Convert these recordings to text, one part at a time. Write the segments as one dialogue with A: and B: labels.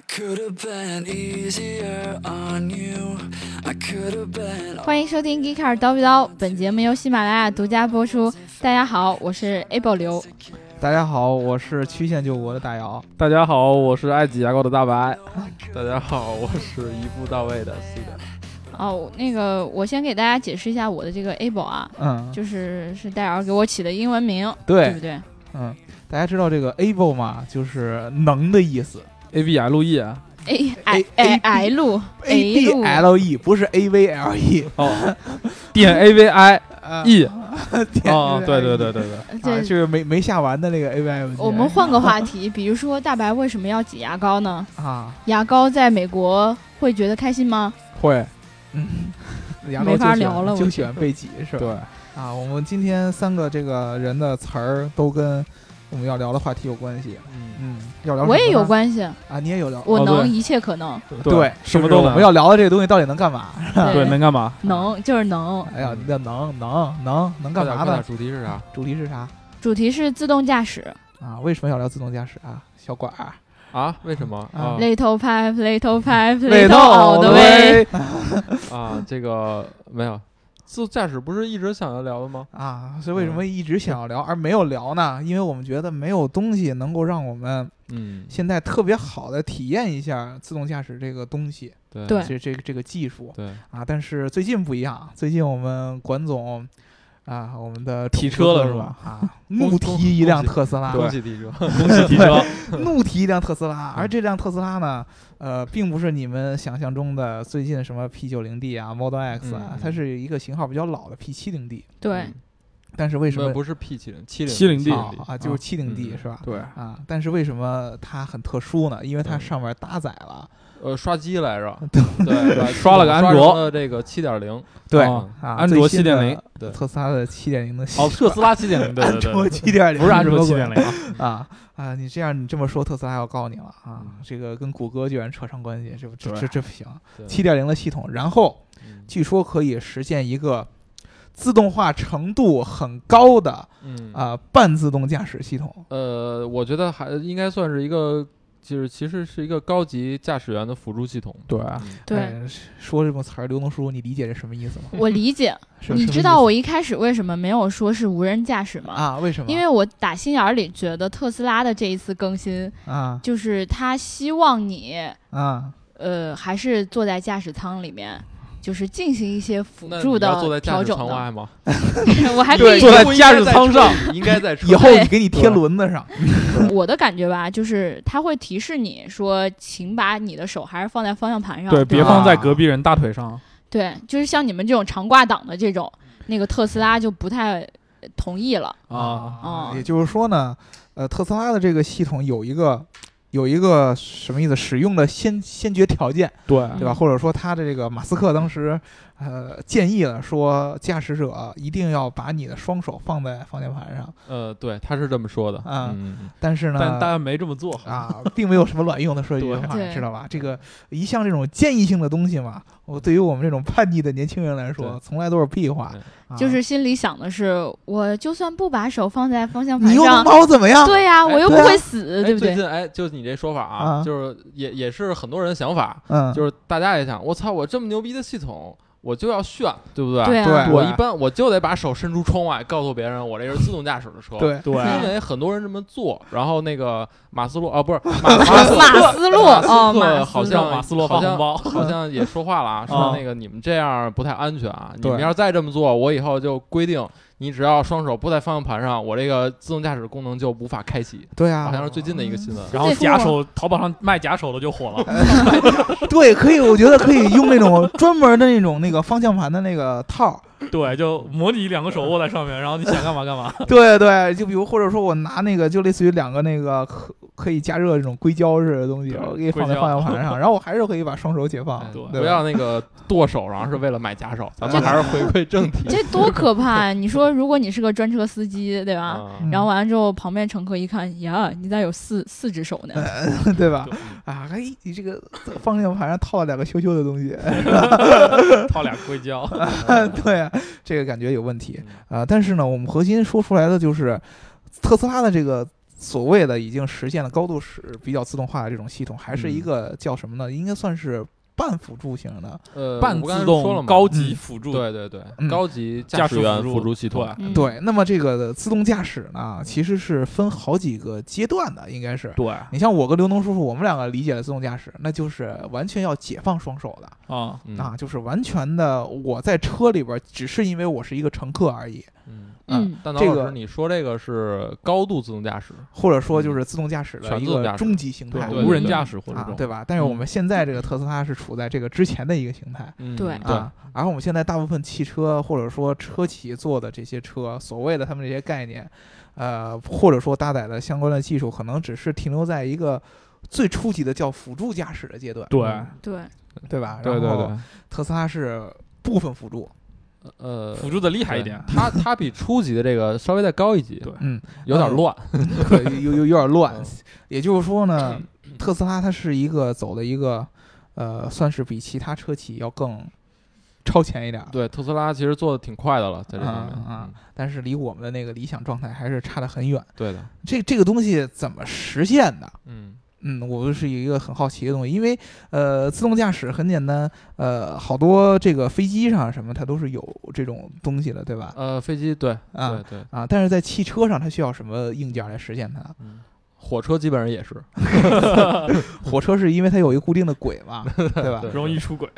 A: could have been easier on you. I could have been
B: 欢迎收听《g e e k a r 叨逼叨》，本节目由喜马拉雅独家播出。大家好，我是 Able 刘。
C: 大家好，我是曲线救国的大姚。
D: 大家好，我是埃及牙膏的 大白。大家好，我是一步到位的 C 的。
B: 哦，那个，我先给大家解释一下我的这个 Able 啊，
C: 嗯，
B: 就是是戴尔给我起的英文名，对不
C: 对，
B: 对？
C: 嗯，大家知道这个 able 嘛，就是能的意思
D: A B L E 啊，
B: 哎 A I
C: A-
B: I
C: A-
B: L
C: ，a b l e 不是 a v l e
D: 哦， 点 A V I
C: 啊
D: E
C: 点
D: 哦，对对
C: AVLE
D: 对对
E: E
D: 对，
C: 啊，
B: 呃对，
C: 就是没没下完的那个 a v l e
B: 我们换个话题，比如说大白为什么要挤牙膏呢？
C: 啊，
B: 牙膏在美国会觉得开心吗？
D: 会
C: 嗯，牙膏
B: 没法
C: 就喜欢
B: 聊了我
C: 就
B: 觉
C: 喜欢
B: 得
C: 被挤是吧？
D: 对，
C: 啊，我们今天三个这个人的词儿都跟我们要聊的话题有关系。
D: 嗯，
C: 嗯，要聊
B: 我也
C: 什么
B: 有
C: 呢
B: 关系，
C: 啊，你也有聊
B: 我
D: 哦
B: 能，
D: 对
B: 一切可 能，
D: 对，什
C: 就是
D: 么都
C: 我们
D: 能，
C: 要聊的这个东西到底能干嘛？
D: 对，能干嘛？
B: 能就是能。
C: 哎呀，那能能能能干嘛呢？
D: 主题是啥？
C: 主题是啥
B: 主题是自动驾驶
C: 啊？为什么要聊自动驾驶啊？小管儿，
E: 啊？为什么
C: 啊
E: 啊
B: ，little pipe little pipe
C: 尾
B: little all
C: 头
B: the way。
E: 啊？这个没有，自动驾驶不是一直想要聊的吗？
C: 啊，所以为什么
D: 嗯
C: 一直想要聊而没有聊呢？因为我们觉得没有东西能够让我们
E: 嗯，
C: 现在特别好的体验一下自动驾驶这个东西，
E: 对
B: 对
C: 这这个这个技术
E: 对
C: 啊。但是最近不一样，最近我们管总啊，我们的
D: 提
C: 种族
D: 车了
C: 特
D: 是
C: 工
D: 吧？
C: 啊，
E: 恭
C: 怒提一辆特斯拉，
E: 恭喜提车，
D: 恭喜提 车，
C: 怒提一辆特斯拉，而这辆特斯拉呢，呃，并不是你们想象中的最近什么 P 9 0 D 啊、Model X 啊，
E: 嗯
C: 它是一个型号比较老的 P 7 0 D。
B: 对，
C: 但是为什
E: 那
C: 么
E: 不是 P 七零七零
D: 70 D
C: 啊啊就是7 0 D
E: 嗯
C: 是吧？
D: 对，
C: 啊，但是为什么它很特殊呢？因为它上面搭载了，
E: 呃刷机来 着
C: 对
E: 对，把
D: 刷了个安
E: 刷成
D: 卓
E: 了这个七点零，
D: 啊
C: 啊，
D: 安卓
C: 最新的
D: 7.0
E: 对
C: 特斯拉的7.0的
D: 哦，特斯拉七点零，对
C: 安
D: 对
C: 卓
D: 对，
C: 7.0
D: 不是安卓七点
C: 零
D: 零，
C: 啊啊！你这样你这么说，特斯拉要告你了啊
E: 嗯！
C: 这个跟谷歌居然扯上关系，这不这
D: 对
C: 这这不行！
E: 对
C: 7.0的系统，然后。
E: 嗯
C: 据说可以实现一个自动化程度很高的
E: 嗯
C: 啊、呃半自动驾驶系统。
E: 呃，我觉得还应该算是一个，就是其实是一个高级驾驶员的辅助系统。
D: 对，
E: 嗯
B: 对，
C: 哎说这种词儿，刘能叔，你理解这什么意思吗？
B: 我理解。
C: 是
B: 你
C: 什么
B: 知
C: 意
B: 道
C: 思
B: 我一开始为什么没有说是无人驾驶吗？
C: 啊？为什么？
B: 因为我打心眼儿里觉得特斯拉的这一次更新，
C: 啊
B: 就是他希望你，
C: 啊
B: 呃，还是坐在驾驶舱里面，就是进行一些辅
E: 那
B: 助
E: 你要
B: 的
E: 坐在驾
B: 调
E: 驶
B: 整
E: 舱
B: 的。
E: 外吗？
B: 我 还可
D: 对
B: 以
D: 坐在驾驶舱上，
E: 应该 在车
C: 以
E: 里
C: 后你给你贴轮子上
B: 我的感觉吧，就是它会提示你说，请把你的手还是放在方向盘上，
D: 对，别
E: 啊
B: 吧
D: 放在隔壁人大腿上。
B: 对，就是像你们这种常挂档的这种，
C: 嗯
B: 那个特斯拉就不太呃同意了。
D: 啊，
B: 哦
C: 也就是说呢，呃，特斯拉的这个系统有一个。有一个什么意思？使用的先先决条件，
D: 对
E: 嗯
C: 对吧？或者说他的这个马斯克当时，呃，建议了说，驾驶者一定要把你的双手放在方向盘上，
E: 呃，对，他是这么说的。
C: 啊
E: 嗯，嗯
C: 但是呢，
D: 但大家没这么做，
C: 啊，并没有什么卵用的说一句
D: 对
C: 话，
B: 对
C: 知道吧？这个一向这种建议性的东西嘛，我对于我们这种叛逆的年轻人来说，
E: 对
C: 从来都是屁话
E: 对。
C: 啊
B: 就是心里想的是，我就算不把手放在方向
C: 你
B: 盘
C: 又能
B: 上，
C: 把我怎么样？
B: 对呀、
E: 哎
B: 我又不
C: 对啊
B: 会死，
E: 哎
B: 对不
E: 最
B: 对？
E: 近哎，就你这说法
C: 啊
E: 啊，就是也也是很多人想法，
C: 嗯，
E: 就是大家也想，我操，我这么牛逼的系统，我就要炫，对不对？
B: 对啊，
C: 对
E: 我一般我就得把手伸出窗外，告诉别人我这是自动驾驶的车。。
C: 对，
D: 对，
E: 因为很多人这么做，然后那个马斯洛啊，不是马马斯
B: 马斯洛
E: 马斯
B: 哦，
E: 克
B: 马斯
E: 好
B: 洛嗯
E: 像
D: 马斯洛
E: 好
D: 发
E: 像
D: 红包，
E: 好像也说话了啊，说那个你们这样不太安全啊，你
C: 对
E: 们要再这么做，我以后就规定你只要双手不在方向盘上，我这个自动驾驶功能就无法开启。
C: 对啊，
E: 好像是最近的一个新闻。
D: 然后假手，淘宝上卖假手的就火了。
B: 嗯
C: 对，可以，我觉得可以用那种专门的那种那个方向盘的那个套儿。
D: 对，就模拟两个手握在 上面，然后你想干嘛干嘛。
C: 对对，就比如或者说我拿那个就类似于两个那个可可以加热的这种硅胶似的东西，
D: 对
C: 我给你放
D: 硅
C: 在
D: 胶
C: 方向盘 上，然后我还是可以把双手解放
B: 嗯
E: 哎。
D: 对
C: 对
E: 不
C: 吧
E: 要那个剁手，然后是为了买假手，咱们
C: 这
E: 还是回归正题。
B: 这多可怕呀！你说，如果你是个专车司机，对吧？
E: 啊，
C: 嗯
B: 然后完了之后，旁边乘客一看，呀，你咋有四四只手呢？
C: 哎 对吧
D: 对？
C: 啊，哎，你这个方向盘上套了两个羞羞的东西，
E: 嗯
D: 套俩硅 胶，
C: 对啊，这个感觉有问题啊、呃但是呢，我们核心说出来的就是特斯拉的这个所谓的已经实现了高度使比较自动化的这种系统，还是一
D: 嗯
C: 个叫什么呢？应该算是半辅助型的。
E: 呃，
D: 半
E: 我刚才
D: 自
E: 说了
D: 动
E: 嘛
D: 高级
C: 嗯
D: 辅助，
E: 对对对，
C: 嗯
E: 高级
D: 驾
E: 驶
D: 驶
E: 员
D: 辅助
E: 辅助系统，
D: 对
B: 嗯
C: 对，那么这个自动驾驶呢，其实是分好几个阶段的，应该是。
D: 对
C: 你像我跟刘能叔叔，我们两个理解的自动驾驶，那就是完全要解放双手的、
D: 啊，
E: 嗯
C: 啊，就是完全的我在车里边，只是因为我是一个乘客而已，
E: 嗯，
B: 嗯
E: 但老
C: 这
E: 师，
C: 个
E: 你说这个是高度自动驾驶，
C: 或者说
D: 嗯
C: 就是自动驾驶的
E: 全
C: 一
E: 自动
C: 个
E: 驾驶
C: 终极形态，
E: 对
D: 无人驾驶或者这
C: 啊，
D: 种，嗯
C: 对吧？但是我们现在这 个特斯拉是处在这个之前的一个形态。
E: 嗯
B: 对
E: 对
C: 啊，而我们现在大部分汽车或者说车企做的这些车，所谓的他们这些概念，呃，或者说搭载的相关的技术，可能只是停留在一个最初级的叫辅助驾驶的阶段，
D: 对
B: 对，
C: 对吧？
E: 对对对，，
C: 特斯拉是部分辅助，
E: 呃，
D: 辅助的厉害一点
E: 对，它它比初级的这个稍微再高一级，
D: 对
C: 嗯，
E: 有点乱，
C: 对有有有点乱
E: 嗯。
C: 也就是说呢，特斯拉它是一个走的一个，呃，算是比其他车企要更超前一点儿，
E: 对，特斯拉其实做的挺快的了，在这方面，
C: 嗯嗯
E: 嗯，
C: 但是离我们的那个理想状态还是差得很远。
E: 对的，
C: 这这个东西怎么实现的？
E: 嗯
C: 嗯，我是一个很好奇的东西，因为呃，自动驾驶很简单，呃，好多这个飞机上什么它都是有这种东西的，对吧？
E: 呃，飞机对
C: 啊
E: 对对，
C: 啊，但是在汽车上它需要什么硬件来实现它？
E: 嗯，火车基本上也是，
C: 火车是因为它有一个固定的轨嘛，对吧？
E: 对
D: 容易出轨。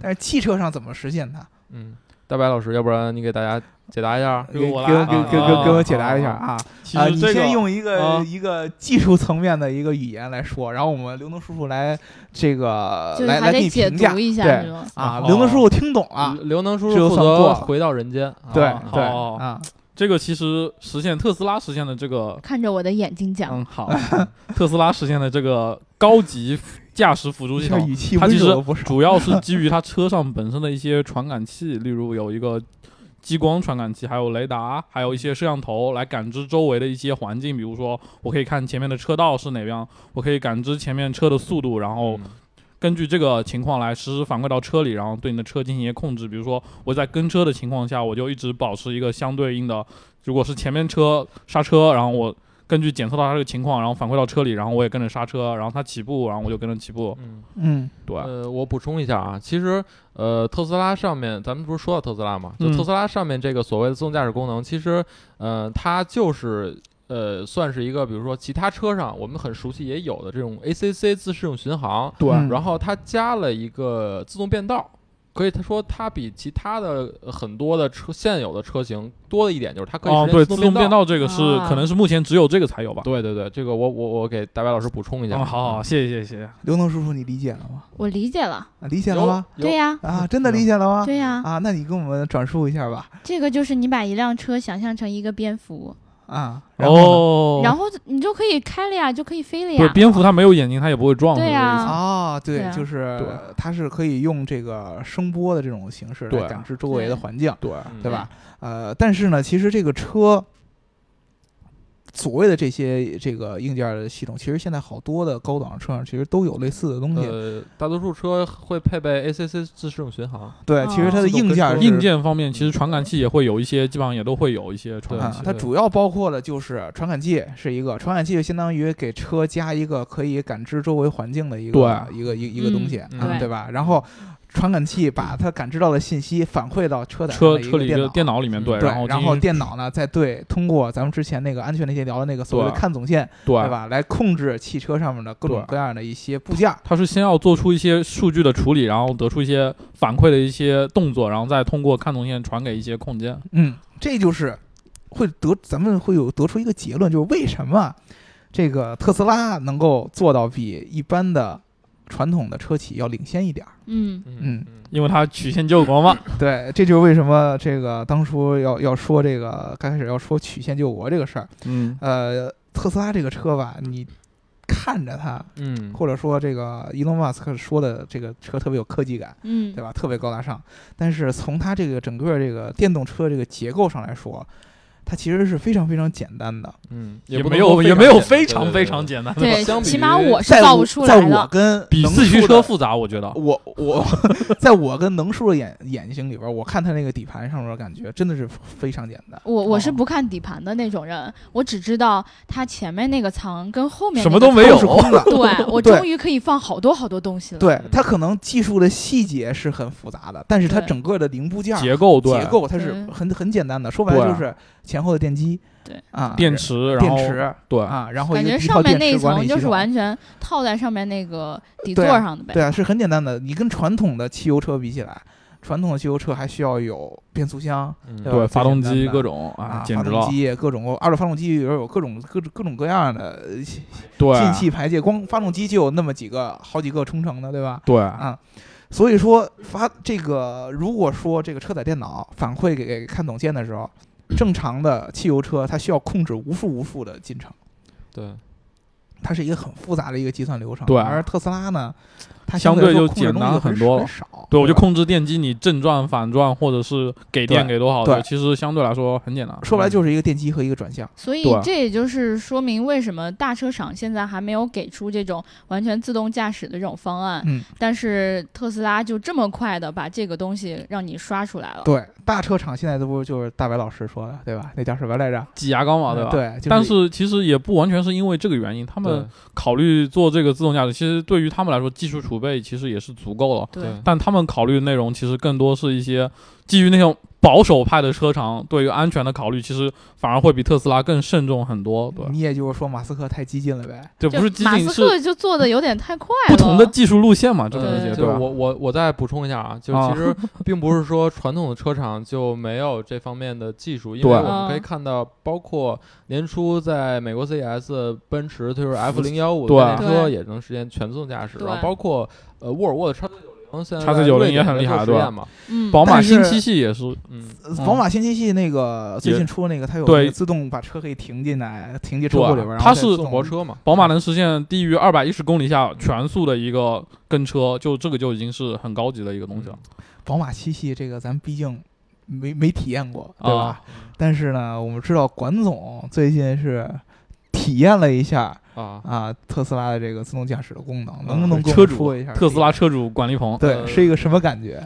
C: 但是汽车上怎么实现它？
E: 嗯，大白老师，要不然你给大家解答一下，
C: 给
D: 给
C: 给
D: 我
C: 我
D: 啦
C: 给
D: 啊
C: 我给我
D: 啊
C: 给我解答
D: 啊
C: 一下
D: 啊
C: 啊！
D: 其
C: 啊，
D: 实
C: 你
D: 这
C: 先
D: 个
C: 用一个、
D: 啊
C: 一个技术层面的一个语言来说，然后我们刘能叔叔来这个
B: 就是
C: 来
B: 还
C: 来给
B: 得
C: 你
B: 解
C: 评价
B: 读一下
C: 对
B: 这种。
C: 啊。
D: 哦嗯
C: 刘能叔叔听懂了，
E: 刘刘能叔
C: 这
E: 叔
C: 就
E: 负
C: 算过
E: 责
C: 了
E: 回到人间，啊
C: 对
D: 好
C: 对
D: 好
C: 啊，
D: 这个其实实现特斯拉实现的这个，
B: 看着我的眼睛讲，
D: 嗯，好， 特斯拉实现的这个高级驾驶辅助系
C: 这
D: 统，
C: 语气
D: 它
C: 温
D: 其实
C: 柔了不少。
D: 主要是基于它车上本身的一些传感器，例如有一个激光传感器，还有雷达，还有一些摄像头来感知周围的一些环境。比如说，我可以看前面的车道是哪 样，我可以感知前面车的速度，然后
E: 嗯
D: 根据这个情况来实时反馈到车里，然后对你的车进行一些控制。比如说，我在跟车的情况下，我就一直保持一个相对应的，如果是前面车刹车，然后我。根据检测到它这个情况，然后反馈到车里，然后我也跟着刹车，然后它起步，然后我就跟着起步。
E: 嗯，
C: 嗯
D: 对，
E: 呃，我补充一下啊，其实呃，特斯拉上面咱们不是说到特斯拉嘛，就
D: 嗯
E: 特斯拉上面这个所谓的自动驾驶功能，其实呃，它就是呃，算是一个比如说其他车上我们很熟悉也有的这种 ACC 自适应巡航，
C: 对嗯
E: 然后它加了一个自动变道。可以，他说它比其他的呃很多的车现有的车型多的一点就是它可以
D: 哦，
E: 实
D: 对，
E: 现
D: 自
E: 动
D: 动变
E: 道。
D: 道这个是、
B: 啊
D: 可能是目前只有这个才有吧。
E: 对对对，这个我我我给大白老师补充一下。
C: 哦
D: 嗯，好好，谢谢谢谢。
C: 刘能叔叔，你理解了吗？
B: 我理解了。
C: 啊理解
E: 有，
C: 了吗？
E: 有
B: 对呀，
C: 啊，真的理解了吗？
B: 对呀，
D: 哦
C: 啊，那你跟我们转述一下吧。
B: 这个就是你把一辆车想象成一个蝙蝠，
C: 啊，然后
D: 哦，
B: 然后你就可以开了呀，就可以飞了
D: 对，
B: 呀。
D: 蝙蝠它没有眼睛，它也不会撞，
B: 对
D: 是这个意
C: 呢
D: 思
B: 啊
C: 哦，
B: 对
C: 对，
B: 啊
C: 就是
D: 对
C: 它是可以用这个声波的这种形式来
D: 对啊
C: 感知周围的环境，
D: 对，
E: 嗯
C: 对吧？呃，但是呢，其实这个车。所谓的这些这个硬件的系统，其实现在好多的高档车上其实都有类似的东西。
E: 呃，大多数车会配备 ACC 自适应巡航。
C: 对，其
B: 哦
C: 实它的
D: 哦
E: 自
C: 硬
E: 动跟
C: 件是
E: 车
C: 嗯
D: 硬件方面其实传感器也会有一些，基本上也都会有一些传感
C: 啊
D: 器，。
C: 它
E: 对
C: 主要包括的就是传感器是一个，传感器就相当于给车加一个可以感知周围环境的一个一个一个一个东西，
E: 嗯
C: 啊
B: 对
C: 对吧？然后传感器把它感知到的信息反馈到车载
D: 车
C: 上
D: 车
C: 的
D: 里
C: 一个
D: 的
C: 电
D: 电
C: 脑。
D: 脑里面，对，
C: 对，
D: 后
C: 然
D: 然
C: 后电脑呢，再对通过咱们之前那个安全那些聊的那个所谓的
D: 对
C: 看总线，对
D: 对，
C: 吧，来控制汽车上面的各种
D: 对
C: 各样的一些部件儿。
D: 它是先要做出一些数据的处理，然后得出一些反馈的一些动作，然后再通过看动线传给一些空间。
C: 嗯，这就是会得咱们会有得出一个结论，就是为什么这个特斯拉能够做到比一般的传统的车企要领先一点儿。
B: 嗯，
C: 嗯
E: 嗯
D: 因为它曲线救国嘛，
C: 对，这就是为什么这个当初要要说这个刚开始要说曲线救国这个事儿。
D: 嗯，
C: 呃，特斯拉这个车吧，你看着它，
E: 嗯，
C: 或者说这个伊隆马斯克说的这个车特别有科技感，
B: 嗯
C: 对吧？特别高大上。但是从它这个整个这个电动车这个结构上来说，它其实是非常非常简单的。
E: 嗯，
D: 也
E: 不
D: 没
E: 能说
D: 有也没有非
E: 非
D: 常非常简单的吧，
B: 对
E: 相，比
B: 起
E: 于
B: 码我是
C: 在
B: 造
C: 我
B: 不出
C: 在
B: 来
C: 我
B: 的。
C: 跟
D: 比
C: 能
D: 四驱
C: 叔
D: 车
C: 的
D: 复杂，我觉得。
C: 我我， 在我跟能叔的眼眼睛里边，我看他那个底盘上面，感觉真的是非常简单。
B: 我我是
C: 哦
B: 不看底盘的那种人，我只知道它前面那个舱跟后面
D: 什
B: 那
D: 么
B: 个
D: 都没
B: 舱。
D: 有
C: 都是空 的
B: 对我
C: 对
B: 终于可以放好多好多东西了。
C: 对
D: 嗯
C: 它可能技术的细节是很复杂的，但是它
B: 对
C: 整个的零部件儿
D: 结构对
C: 结构它是
B: 对
C: 很很简单的。说白了
D: 对
C: 就是前后的电机，
B: 对
C: 啊，
D: 电池，然
C: 电
D: 后
C: 池
D: 对，
C: 啊，然后
B: 感
C: 一个
B: 觉
C: 一套
B: 上面
C: 电
B: 那一
C: 池管
B: 层
C: 理
B: 就
C: 系
B: 是
C: 统。
B: 完全套在上面那个底座
C: 对啊
B: 上的呗。
C: 对啊，是很简单的。你跟传统的汽油车比起来，传统的汽油车还需要有变速箱
E: 嗯
C: 对
D: 对，发动
C: 最简
D: 机
C: 单
D: 各种
C: 啊，
D: 简
C: 发
D: 直
C: 动
D: 了，
C: 机各种二手发动机里边有各种各种各种各样的呃
D: 对，
C: 进气排气，光发动机就有那么几个、好几个冲程的，对吧？
D: 对，
C: 啊，所以说发这个，如果说这个车载电脑反馈给给看董监的时候，正常的汽油车它需要控制无数无数的进程，
E: 对，
C: 它是一个很复杂的一个计算流程。
D: 对
C: 而特斯拉呢，它
D: 相
C: 对来
D: 对
C: 说控
D: 就
C: 制的
D: 简
C: 东西
D: 单
C: 就
D: 很多了
C: 很少。
D: 对我就
C: 吧。
D: 控制电机，你正转、反转，或者是给电
C: 对
D: 给多少
C: 对
D: 的，其实相对来说很简单。
C: 说白了就是一个电机和一个转向。
B: 所以
D: 对啊
B: 这也就是说明为什么大车厂现在还没有给出这种完全自动驾驶的这种方案，
C: 嗯，
B: 但是特斯拉就这么快的把这个东西让你刷出来了。
C: 对，大车厂现在这不就是大白老师说的对吧？那叫什么来着？
D: 挤牙膏嘛，对
C: 嗯
D: 吧？。
C: 对，就是
D: 但是其实也不完全是因为这个原因，他们
E: 对
D: 考虑做这个自动驾驶，其实对于他们来说，技术储备其实也是足够了。
B: 对
E: 对
D: 但他们考虑的内容其实更多是一些基于那种保守派的车厂对于安全的考虑，其实反而会比特斯拉更慎重很多。对，
C: 你也就是说马斯克太激进了呗？
D: 这
B: 嗯就
D: 不是激
B: 马
D: 进，
B: 斯
D: 是
B: 克就做的有点太快了。
D: 不同的技术路线嘛，这种
B: 对
D: 东西，
E: 就是
D: 吧？
E: 我我我再补充一下啊，就
D: 啊
E: 其 实并不是说传统的车厂就没有这方面的技术，因为
D: 对
E: 我们
B: 嗯
E: 可以看到，包括年初在美国 CES，奔驰推出 F 零幺五
D: 对
E: 电车
B: 对
E: 也能实现全自动驾驶，
B: 对
E: 然后包括呃沃尔沃的叉 C 九零，现在
D: X390
E: 在瑞典
D: 也很厉害
E: 在做实
D: 对吧
E: 验嘛，
B: 嗯，
D: 宝马
C: 但是
D: 新七系也是，
E: 嗯，
C: 呃
D: 嗯
C: 宝马新七系那个最
D: 也
C: 近出的那个，它有
D: 对
C: 那个自动把车可以停进来，停进车库里边，
D: 对啊
C: 然后
D: 它
C: 再
D: 是
C: 自
E: 自
C: 动
E: 动泊车嘛，
D: 宝马能实现低于二百一十公里下全速的一个呃跟车，就这个就已经是很高级的一个东西了。
C: 宝马七系这个，咱毕竟没没体验过，
D: 啊
C: 对吧？但是呢，我们知道管总最近是体验了一下
E: 啊，
C: 啊，特斯拉的这个自动驾驶的功能，
E: 嗯
C: 能不能跟我们
D: 车主
C: 说一下？
D: 特斯拉车主管理鹏，
C: 对
E: 呃
C: 是一个什么感觉？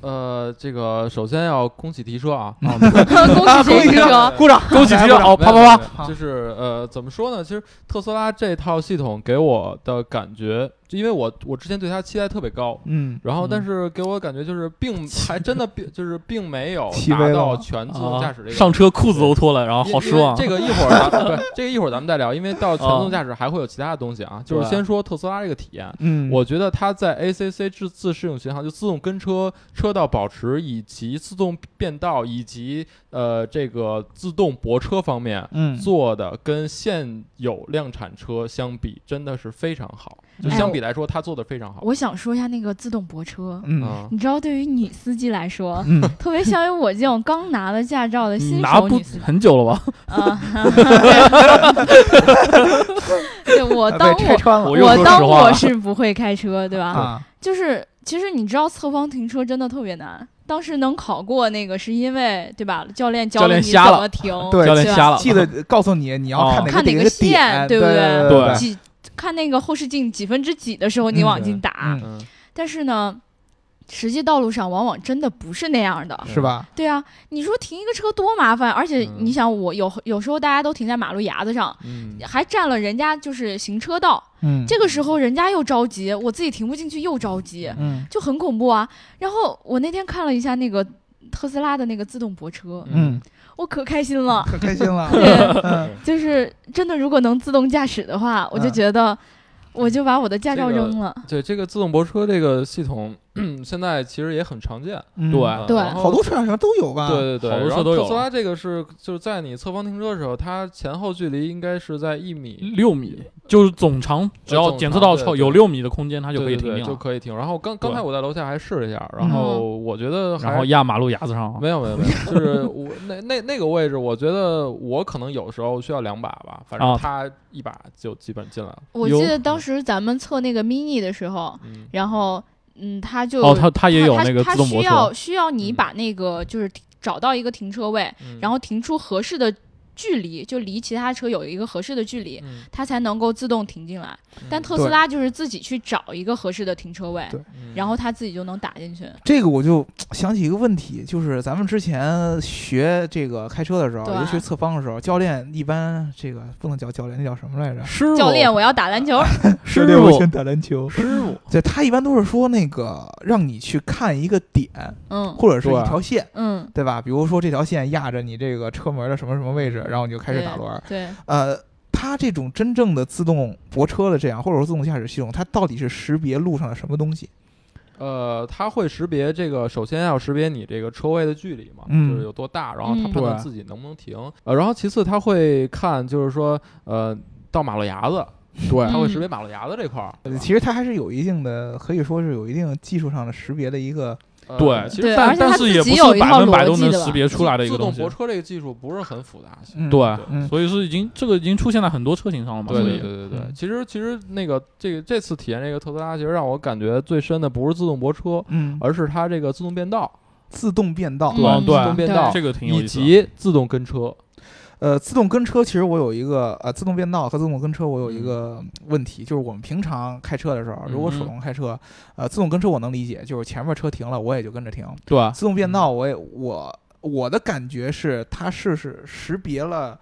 E: 呃，这个首先要恭喜提车啊，
D: 啊
B: 恭喜这个车，
C: 啊鼓掌，
D: 恭喜提到哦，
E: 哎没
D: 啪
E: 有
D: 啪啪，
E: 没有就是呃，怎么说呢？其实特斯拉这套系统给我的感觉，因为我我之前对它期待特别高，
C: 嗯，
E: 然后
D: 嗯
E: 但是给我感觉就是并 还真的并就是并没有
C: 起
E: 达
C: 飞了
E: 到
C: 吗
E: 全自动驾
D: 啊
E: 驶这个。
D: 上车裤子都脱了，然后
E: 因
D: 好失望
E: 因为。 这个一会儿咱对这个一会儿咱们再聊，因为到全自
D: 啊
E: 动驾驶还会有其他的东西啊。就是
D: 对
E: 先说特斯拉这个体验，
C: 嗯，
E: 我觉得它在 ACC 自自适应巡航，就自动跟车、车道保持以及自动变道以及呃这个自动泊车方面，
C: 嗯
E: 做的跟现有量产车相比，真的是非常好。就
B: 哎
E: 相比来说，它做的非常好。
B: 我想说一下那个自动泊车。
C: 嗯
E: 啊，
B: 你知道，对于女司机来说，
C: 嗯，
B: 特别像于我这种刚拿了驾照的新
D: 拿
B: 手
D: 不
B: 女司机。
D: 很久了吧？
B: 啊，对，对我当
C: 啊被拆
B: 我
C: 穿了
D: 哎我又说
B: 当
D: 实话
B: 我
D: 了
B: 是不会开车，对吧？
C: 啊，
B: 就是其实你知道侧方停车真的特别难，当时能考过那个是因为对吧？教练教
D: 教
B: 了
D: 练
B: 你怎
D: 瞎了
B: 么停，
C: 对
D: 教练
B: 吧
E: 啊
D: 瞎了，
C: 记得告诉你你要
D: 哦
C: 看哪
B: 看哪
C: 哪
B: 个线
C: 点，
B: 对
C: 对
B: 不
C: 对
D: 对
B: 几看那个后视镜几分之几的时候你
C: 嗯
B: 往
E: 对
B: 进打，
C: 嗯
E: 嗯，
B: 但是呢，实际道路上往往真的不是那样的。
C: 是吧？
B: 对啊，你说停一个车多麻烦，而且
E: 嗯
B: 你想我有有时候大家都停在马路牙子上，
E: 嗯，
B: 还占了人家就是行车道，
C: 嗯，
B: 这个时候人家又着急，我自己停不进去又着急，
C: 嗯
B: 就很恐怖啊。然后我那天看了一下那个特斯拉的那个自动泊车，
C: 嗯，
B: 我可开心了。
C: 可开心 了，
B: 对，
C: 嗯
B: 就是真的，如果能自动驾驶的话，我就
C: 嗯
B: 觉得我就把我的驾照
E: 这个
B: 扔了。
E: 对这个自动泊车这个系统， 现在其实也很常见。
C: 嗯
D: 对
E: 啊
B: 对
E: 然后
C: 好多车厂商都有吧？
E: 对对对，
D: 好多
E: 然
D: 车
E: 后
D: 都有
E: 特斯拉这个是就是在你侧方停车的时候，它前后距离应该是在一米，
D: 六米就是总长，只要检测
E: 总
D: 到
E: 长
D: 超
E: 对
D: 有六米的空间，它就可
E: 对
D: 以停
E: 对对
D: 定
E: 就
D: 了。
E: 可以停。然后刚刚才
D: 对
E: 我在楼下还试了一下，
C: 嗯
E: 然后我觉得还
D: 然后压马路牙子上啊，
E: 没有没有没有，就是我那那那个位置，我觉得我可能有时候需要两把吧，反正
D: 啊
E: 他一把就基本进来了。
B: 我
D: 有
B: 记得当时咱们测那个 Mini 的时候，
E: 嗯，
B: 然后嗯，他就
D: 哦，它它
B: 它
D: 也有
B: 它
D: 那个
B: 它
D: 自动
B: 需
D: 泊车
B: 要需要你
E: 嗯
B: 把那个就是。找到一个停车位，
E: 嗯
B: 然后停出合适的距离，就离其他车有一个合适的距离，
E: 嗯
B: 它才能够自动停进来。但特斯拉就是自己去找一个合适的停车位，
C: 对
E: 嗯
B: 然后它自己就能打进去。
C: 这个我就想起一个问题，就是咱们之前学这个开车的时候，
B: 对
C: 尤其是侧方的时候，教练一般这个不能叫教练，那叫什么来着？
E: 师傅
B: 教练，我要打篮球。
E: 师
C: 练我
E: 傅
C: 先打篮球。
E: 师傅
C: 对他一般都是说那个让你去看一个点，
B: 嗯
C: 或者是
E: 对
C: 一条线，
B: 嗯，
C: 对吧？比如说这条线压着你这个车门的什么什么位置，然后你就开始打轮儿。
B: 对，
C: 呃，它这种真正的自动泊车的这样，或者说自动驾驶系统，它到底是识别路上的什么东西？
E: 呃，它会识别这个，首先要识别你这个车位的距离嘛，
C: 嗯
E: 就是有多大，然后它
B: 嗯
E: 判断
C: 对
E: 自己能不能停。呃，然后其次它会看，就是说，呃，到马路牙子，
D: 对
E: 它
B: 嗯
E: 会识别马路牙子这块儿。
C: 呃其实它还是有一定的，可以说是有一定技术上的识别的一个。
E: 呃
D: 对，
E: 其
B: 对
E: 实
D: 但
B: 而且它
D: 但是也
B: 自己
D: 不
B: 有
D: 是
B: 一
D: 百
B: 套
D: 分百
B: 逻
D: 都
B: 辑
D: 能
B: 的
D: 识别出来的一个
E: 自
D: 东
E: 动
D: 西
E: 泊。车这个技术不是很复杂。
C: 嗯
D: 对
C: 嗯，
D: 所以是已经这个已经出现在很多车型上了嘛？
E: 对
D: 所
E: 对
D: 以
E: 对对对，
C: 嗯
E: 其实其实那个这个这次体验这个特斯拉，其实让我感觉最深的不是自动泊车，
C: 嗯，
E: 而是它这个自动变道，
C: 自动变道，
B: 嗯
D: 对
E: 自动变道
D: 这个挺有
E: 以
D: 意思的。
E: 及自动跟车。
C: 呃，自动跟车其实我有一个呃，自动变道和自动跟车我有一个问题，就是我们平常开车的时候，如果手
E: 嗯
C: 动开车，呃，自动跟车我能理解，就是前面车停了我也就跟着停。
D: 对，
C: 自动变道我也我我的感觉是它是是识别了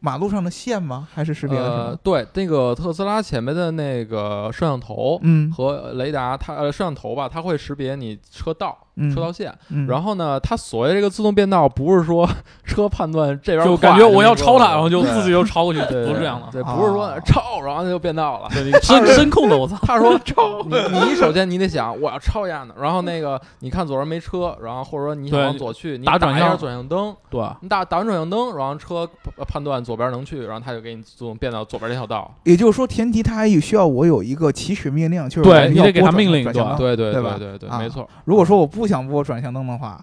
C: 马路上的线吗？还是识别了什么？
E: 呃，对，那个特斯拉前面的那个摄像头
C: 嗯
E: 和雷达，它呃摄像头吧，它会识别你车道、
C: 嗯，
E: 车道线。
C: 嗯，
E: 然后呢，它所谓这个自动变道，不是说 车判断这边
D: 就
E: 快
D: 感觉我要超他，
E: 那
D: 然后就
E: 对
D: 自己就超过去，
E: 对
D: 不是这样啊的。
E: 对，不是说
C: 哦
E: 超，然后它就变道了。
D: 对，声声控的，我 操！
E: 他说超，你 你首先你得想我要超压呢，然后那个你看左边没车，然后或者说你想
D: 对
E: 往左去，你
D: 打转
E: 一下
D: 向
E: 转向灯，
D: 对，
E: 你打打完转向灯，然后车判判断左边能去，然后它就给你自动变到左边这条道。
C: 也就是说，前提它还有需要我有一个起始命令，就是
D: 对
C: 我要
D: 你得给它
C: 拨转
D: 命令
C: 转向
D: 对
C: 灯。
E: 对对
C: 对吧
E: 对对对，
C: 啊
E: 没错。
C: 如果说我不想拨转向灯的话，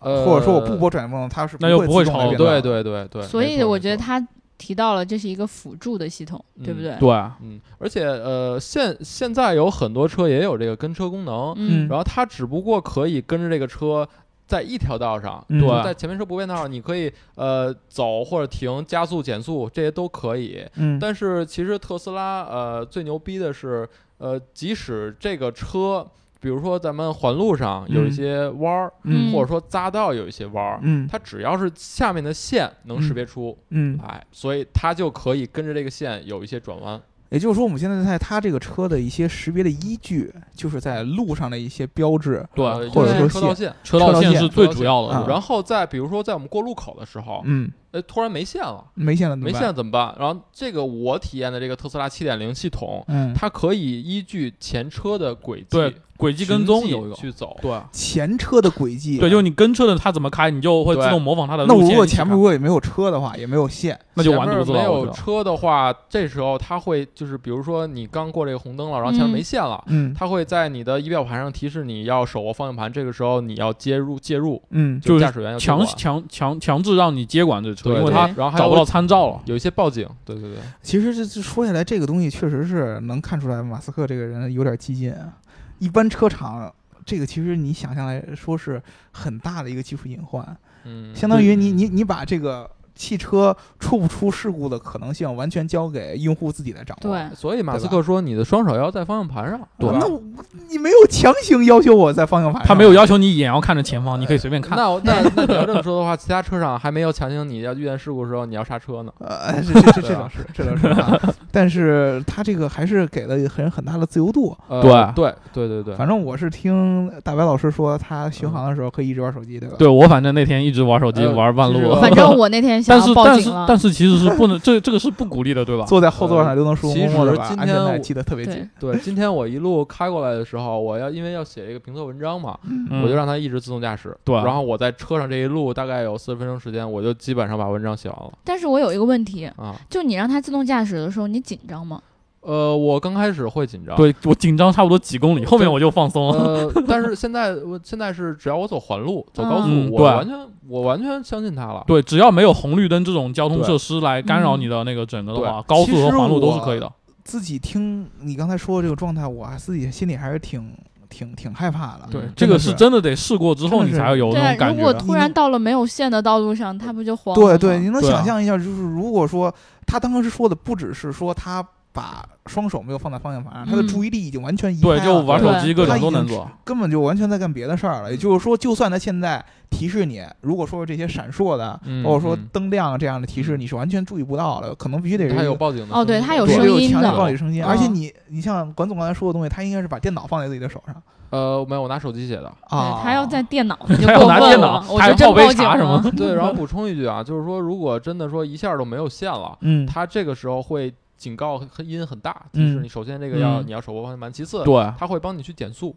E: 呃，
C: 或者说我不拨转向灯，它是
D: 那就不
C: 不
D: 会
C: 会自动
D: 吵
C: 地变
E: 哦，
C: 道
E: 对
C: 的。
E: 对对对，
B: 所
E: 没
B: 以
E: 错
B: 我
E: 没
B: 觉得
E: 错
B: 他提到了这是一个辅助的系统，对不
E: 嗯
B: 对？
D: 对，
E: 嗯，而且呃，现现在有很多车也有这个跟车功能，
B: 嗯
E: 然后它只不过可以跟着这个车在一条道上，
C: 嗯
E: 就
D: 对
E: 在前面车不变道上，你可以呃走或者停、加速、减速这些都可以。
C: 嗯，
E: 但是其实特斯拉呃最牛逼的是，呃，即使这个车，比如说咱们环路上有一
C: 嗯
E: 些弯儿，
B: 嗯
E: 或者说匝道有一些弯儿，
C: 嗯
E: 它只要是下面的线能识别出
C: 嗯，
E: 来，所以它就可以跟着这个线有一些转弯。
C: 也就是说，我们现在在它这个车的一些识别的依据，就是在路上的一些标志。
D: 对
E: 呃，
C: 或者说
E: 就是车
C: 线
E: 道线。
D: 车道
C: 车
D: 线
C: 道
D: 是
C: 线
D: 最主要
C: 啊
D: 的。
E: 然后在比如说在我们过路口的时候，
C: 嗯，
E: 哎，突然没线了，
C: 没线了，
E: 没线。怎么办？然后这个我体验的这个特斯拉7.0系统，
C: 嗯，
E: 它可以依据前车的轨迹、
D: 对，轨迹跟踪有一个。
E: 去走。
D: 对，
C: 前车的轨迹。
D: 对，就是你跟车的它怎么开，你就会自动模仿它的
C: 那
D: 呃路
C: 我
D: 线。
C: 如果前面
D: 你
C: 如
D: 去
C: 果也没有车的话，也没有线。
D: 看那就完犊子
E: 前面
D: 了。
E: 没
D: 我
E: 有
D: 觉得
E: 车的话，这时候它会就是，比如说你刚过这个红灯了，然后前面没线了，
C: 嗯
E: 它会在你的仪表盘上提示你要手握方向盘，这个时候你要接入介入，
C: 嗯
D: 就是
E: 驾驶员要接
D: 强
E: 管
D: 强强强制让你接管这车，
E: 对
D: 因为
E: 对
D: 它
E: 然后还
D: 找不
E: 有
D: 到参照了。
E: 有一些报警，对对 对，
C: 其实这这说下来，这个东西确实是能看出来马斯克这个人有点激进啊。一般车厂，这个其实你想象来说是很大的一个技术隐患，
E: 嗯，
C: 相当于你你你把这个汽车出不出事故的可能性完全交给用户自己来掌握。
B: 对，
E: 所以马斯
C: 对
E: 克说，你的双手要在方向盘上，
C: 对吧，
E: 吧
C: 那我你没有强行要求我在方向盘上，
D: 它没有要求你眼要看着前方，你可以随便看。
E: 那我那那你要这么说的话，其他车上还没有强行你要遇见事故的时候你要刹车呢。
C: 呃，这这这
E: 对
C: 这
E: 啊
C: 倒是，这倒是啊。但是他这个还是给了很很大的自由度。啊
E: 呃、
D: 对
E: 对对对对
C: 反正我是听大白老师说，他巡航的时候可以一直玩手机，对吧？
D: 对我反正那天一直玩手机
E: 呃
D: 玩半
E: 其实
D: 路
E: 我，
B: 反正我那天想
D: 但
B: 要
D: 是
B: 报
D: 但
B: 警
D: 是
B: 了，
D: 但是其实是不能，这这个是不鼓励的，对吧？
C: 坐在后座上刘
D: 呃
C: 能舒服
E: 其
C: 摸摸
E: 实
C: 的吧，
E: 今
C: 安
E: 天
C: 全带
E: 我
C: 系得特别紧
B: 对。
E: 对。今天我一路开过来的时候，我要因为要写一个评测文章嘛，
D: 嗯
E: 我就让它一直自动驾驶。
D: 对啊
E: 然后我在车上这一路大概有四十分钟时间，我就基本上把文章写完了
B: 但是我有一个问题，
E: 啊。
B: 就你让它自动驾驶的时候，你紧张吗？
E: 呃，我刚开始会紧张，，
D: 对我紧张差不多几公里，后面我就放松了。
E: 呃，但是现在我现在是只要我走环路、走高速，
D: 嗯
E: 我
D: 对
E: 完全我完全相信它了。
D: 对，只要没有红绿灯这种交通设施来
B: 嗯
D: 干扰你的那个整个的话，
E: 对
D: 高速
C: 其实
D: 和环路都是
C: 我
D: 可以的。
C: 啊自己听你刚才说的这个状态，我还自己心里还是挺挺挺害怕的。
D: 对
E: 嗯，
D: 这
C: 真
D: 个
C: 的
D: 是
C: 是
D: 真的得试过之后，
C: 真的
D: 你
C: 是
D: 才会有那
B: 对啊
D: 种，
B: 如
D: 感
B: 果
D: 觉。
B: 突然到了没有线的道路上，他不就慌了
C: 对
B: 吗？
C: 对，你能
D: 对啊
C: 想象一下，就是如果说他当时说的不只是说他把双手没有放在方向盘上，他的
B: 嗯
C: 注意力已经完全移
D: 对，
C: 开
D: 就
C: 了
D: 玩手
C: 对
D: 机各
C: 他
D: 种
C: 已
D: 都
C: 经
D: 能
C: 知
D: 做。
C: 根本就完全在干别的事儿了。也就是说，就算他现在提示你，如果说这些闪烁的，
E: 嗯
C: 包括说
E: 嗯
C: 灯亮这样的提示，你是完全注意不到的，可能必须得是
E: 它
C: 一
E: 有
C: 个
E: 报警的
B: 哦对
E: 声音
B: 它有
C: 对
B: 声
C: 有
B: 音
C: 强
B: 的
C: 烈暴力声音，而且
B: 嗯
C: 你你像管总刚才说的东西，他应该是把电脑放在自己的手上
E: 呃，没有，我拿手机写 的。
C: 啊，
B: 对他要在电脑，你就
D: 他要
B: 过
D: 拿
B: 分
D: 电
B: 了
D: 脑
B: 我就
D: 他要
B: 真
D: 泡杯
B: 报警
D: 茶什么
B: 了
D: 的
E: 对，然后补充一句啊，就是说，如果真的说一下都没有线了，
C: 嗯，
E: 它这个时候会警告很很音很大，提示
C: 嗯
E: 你首先这个要
D: 嗯
E: 你要手握方向盘，其次
D: 对，
E: 它会帮你去减速。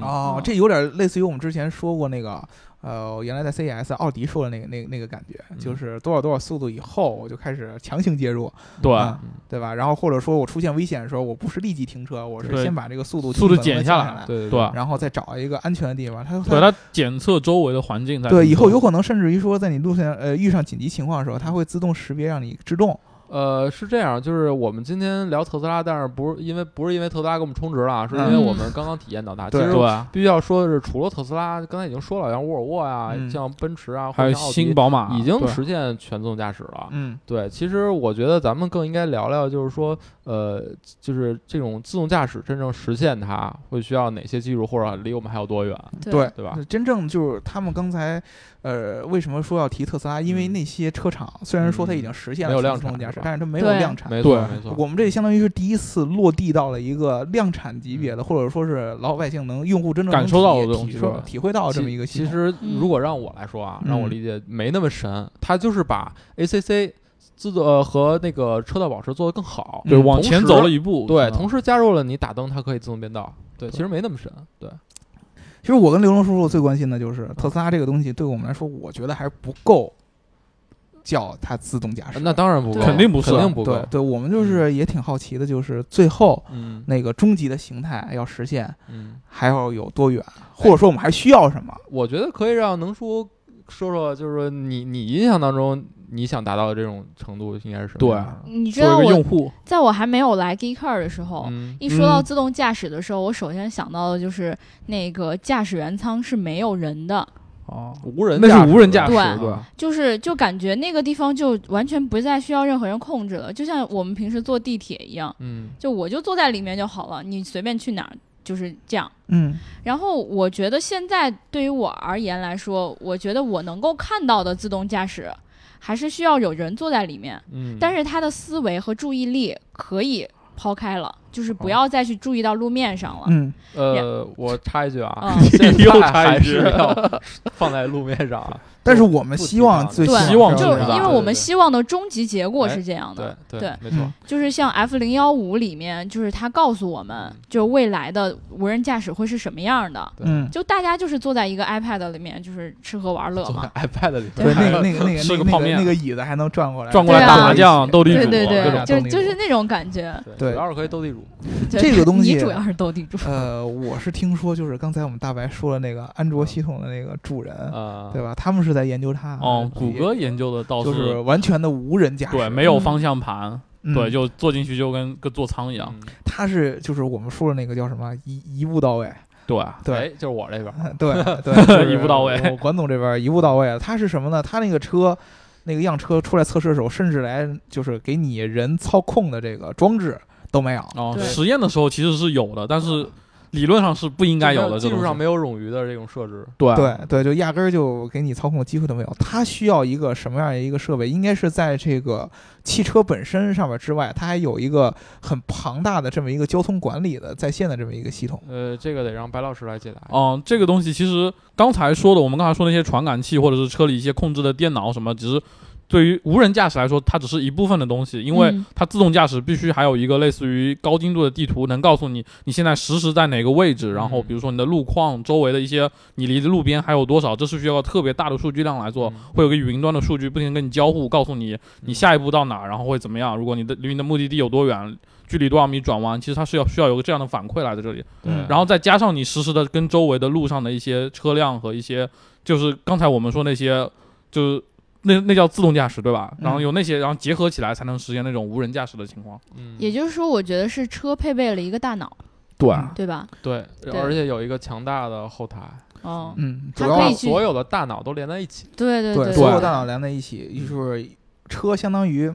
C: 哦，这有点类似于我们之前说过那个，呃，原来在 CES 奥迪说的那个那个那个感觉，
E: 嗯
C: 就是多少多少速度以后，我就开始强行介入，
D: 对
C: 啊，对吧？然后或者说我出现危险的时候，我不是立即停车，我是
D: 对
C: 先把这个速度
D: 速度
C: 基本
D: 减
C: 地
D: 下
C: 降
D: 来
C: 来，
E: 对
D: 对
C: 然后再找一个安全的地方。它
D: 对，
C: 它
D: 它检测周围的环境在。
C: 对以后有可能甚至于说，在你路线呃遇上紧急情况的时候，它会自动识别让你制动。
E: 呃，是这样，就是我们今天聊特斯拉，但是不是因为不是因为特斯拉给我们充值了啊，是因为
B: 嗯
E: 我们刚刚体验到它。其
C: 对
E: 实
D: 对，啊
E: 必须要说的是，除了特斯拉，刚才已经说了，像沃尔沃啊，
C: 嗯
E: 像奔驰啊，
D: 还有
E: 或者像奥迪
D: 新宝马
E: 已经
D: 对
E: 实现全自动驾驶了。
C: 嗯
E: 对，其实我觉得咱们更应该聊聊，就是说，呃，就是这种自动驾驶真正实现它会需要哪些技术，或者离我们还有多远？
C: 对
E: 对吧？
C: 真正就是他们刚才，呃，为什么说要提特斯拉？因为
E: 嗯
C: 那些车厂虽然说它已经实现
E: 没有
C: 了
E: 量
C: 自动
E: 产
C: 驾
E: 是
C: 驶
E: 吧，
C: 但是它没有
B: 对
C: 量产。
E: 没错，
D: 对
E: 没错。
C: 我们这相当于是第一次落地到了一个量产级
E: 嗯
C: 别的，或者说是老百姓能用户真正
D: 感
C: 能
D: 受到
C: 体
D: 的东
C: 体
D: 西
C: 受
D: 是吧
C: 体会到这么一个系
E: 其
C: 统。
E: 其实
B: 嗯
E: 如果让我来说啊，
C: 嗯
E: 让我理解没那么神，它就是把 ACC 自动呃和那个车道保持做得更好，
D: 对
C: 嗯
D: 往
E: 同
D: 前
E: 时
D: 走了一步。
E: 对，
D: 嗯
E: 同时加入了你打灯，它可以自动变道。对，其实没那么神，对，
C: 其实我跟刘龙叔叔最关心的就是特斯拉这个东西，对我们来说，我觉得还不够叫它自动驾驶。
E: 呃那当然不够，
B: 对
E: 肯
D: 肯定不是
E: 肯定不
C: 对
E: 够，
C: 对，我们就是也挺好奇的，就是最后
E: 嗯
C: 那个终极的形态要实现，
E: 嗯，
C: 还要有多远，或者说我们还需要什么？
E: 我觉得可以让能叔说说，就是说你你印象当中你想达到的这种程度应该是什么
D: 对
E: 样的？
B: 你知
D: 作
B: 道
D: 为一个
B: 我
D: 用户，
B: 在我还没有来 Geekcar 的时候，
E: 嗯，
B: 一说到
D: 嗯
B: 自动驾驶的时候，我首先想到的就是那个驾驶员舱是没有人的，
D: 哦，
E: 无人
D: 那是
E: 驾驶
D: 无人驾驶，
B: 对
D: 对，
B: 就是就感觉那个地方就完全不再需要任何人控制了，就像我们平时坐地铁一样，
E: 嗯
B: 就我就坐在里面就好了，你随便去哪儿就是这样。
C: 嗯
B: 然后我觉得现在对于我而言来说，我觉得我能够看到的自动驾驶，还是需要有人坐在里面，
E: 嗯，
B: 但是他的思维和注意力可以抛开了，就是不要再去注意到路面上了。
C: 嗯，
E: 呃，我插一句啊，
B: 嗯
E: 现
D: 又
E: 在
D: 插一
E: 还
D: 句
E: 是要 放在路面上啊。
C: 但是我们
E: 不
C: 希
E: 提
C: 望
E: 倡
C: 最
E: 的
B: 对
D: 希望
B: 就
D: 这
B: 是因
D: 样
B: 为
E: 对
B: 我们
E: 对
B: 希望的终极结果是这样的，
E: 对对
B: 对
E: 没错
C: 嗯，
B: 就是像 F 零幺五里面，就是他告诉我们，就未来的无人驾驶会是什么样的。
E: 对
C: 嗯，
B: 就大家就是坐在一个 iPad 里面，就是吃喝玩乐
E: 坐
B: 嘛
E: 在，iPad 里
C: 对，那
E: 边
C: 个那个那个
D: 吃
C: 那
D: 个
C: 个
D: 泡
C: 那个
D: 面
C: 那个椅子还能转过来，
D: 转过来
B: 对啊
D: 打麻将、斗地
B: 对
D: 主
B: 对
D: 啊各种
B: 对，。就
C: 动力
B: 就是
C: 组
B: 那种感觉。
C: 对
E: 主要是可以斗地主。
B: 对
C: 这个东西
B: 你主要是斗地主，
C: 呃，我是听说，就是刚才我们大白说的那个安卓系统的那个主人，
E: 啊，
C: 对吧？他们是在研究它。
D: 哦，
C: 也
D: 谷歌研究的倒
C: 就是完全的无人驾驶，
D: 对，没有
B: 嗯
D: 方向盘，
C: 嗯
D: 对，就坐进去就跟跟座舱一样，
E: 嗯，
C: 它是就是我们说的那个叫什么一一步到位，
D: 对，啊
E: 哎
C: 对。
E: 就是我这边儿，
C: 对对，就是
D: 一步到位
C: 我管总这边一步到位，它是什么呢？它那个车，那个样车出来测试的时候，甚至来就是给你人操控的这个装置都没有。
D: 哦，
B: 对嗯
D: 实验的时候其实是有的，但是理论上是不应该有的。
E: 技
D: 这
E: 术
D: 种
E: 上没有冗余的这种设置。
D: 对啊
C: 对对，就压根儿就给你操控的机会都没有。它需要一个什么样的一个设备？应该是在这个汽车本身上面之外，它还有一个很庞大的这么一个交通管理的在线的这么一个系统。
E: 呃，这个得让白老师来解答。
D: 嗯，这个东西其实刚才说的，我们刚才说那些传感器或者是车里一些控制的电脑什么，只是对于无人驾驶来说，它只是一部分的东西，因为
B: 嗯
D: 它自动驾驶必须还有一个类似于高精度的地图，能告诉你你现在实时在哪个位置，然后
E: 嗯
D: 比如说你的路况周围的一些，你离路边还有多少，这是需要特别大的数据量来做
E: 嗯，
D: 会有个云端的数据不停地跟你交互，告诉你你
E: 嗯
D: 下一步到哪儿，然后会怎么样，如果你的离你的目的地有多远，距离多少米转弯，其实它是要需要有个这样的反馈来在这里。
E: 对
C: 嗯
D: 然后再加上你实时的跟周围的路上的一些车辆和一些，就是刚才我们说那些，就是那那叫自动驾驶对吧？
C: 嗯
D: 然后有那些，然后结合起来才能实现那种无人驾驶的情况。
E: 嗯
B: 也就是说，我觉得是车配备了一个大脑，
E: 对
B: 对吧？
E: 对，
B: 对
E: 而且有一个强大的后台，
B: 嗯，
C: 嗯，主
B: 它
C: 要
B: 可
E: 把
B: 以去
E: 所有的大脑都连在一起。
B: 对对对，嗯
C: 所有
E: 对
C: 大脑连在一起，就是车相当于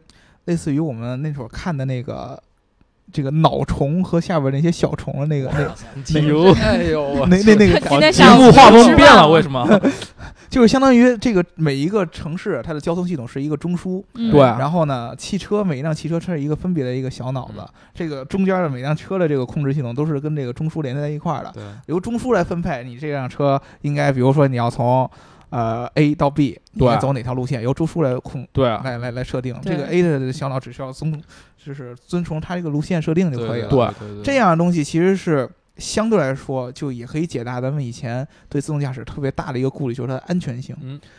C: 类似于我们那时候看的那个这个脑虫和下边那些小虫的那个那
D: 哎
C: 那
D: 呦，
E: 哎呦，我
C: 那 那那个
B: 今
C: 感
B: 天
D: 节
B: 想
D: 目画
B: 吃
D: 风
B: 饭
D: 变了，
B: 了
D: 为什么？
C: 就是相当于这个每一个城市它的交通系统是一个中枢，
B: 嗯
E: 对
C: 然后呢，汽车每一辆汽车是一个分别的一个小脑子，这个中间的每辆车的这个控制系统都是跟这个中枢连接在一块儿的，
E: 对，
C: 由中枢来分配你这辆车应该，比如说你要从呃 A 到 B，你该
D: 对
C: 走哪条路线，由中枢来控
D: 对啊，
C: 来来来设定。
B: 对
C: 这个 A 的小脑只需要遵就是遵从它这个路线设定就可以了。
E: 对，
C: 这样的东西其实是。相对来说，就也可以解答咱们以前对自动驾驶特别大的一个顾虑，就是它的安全性。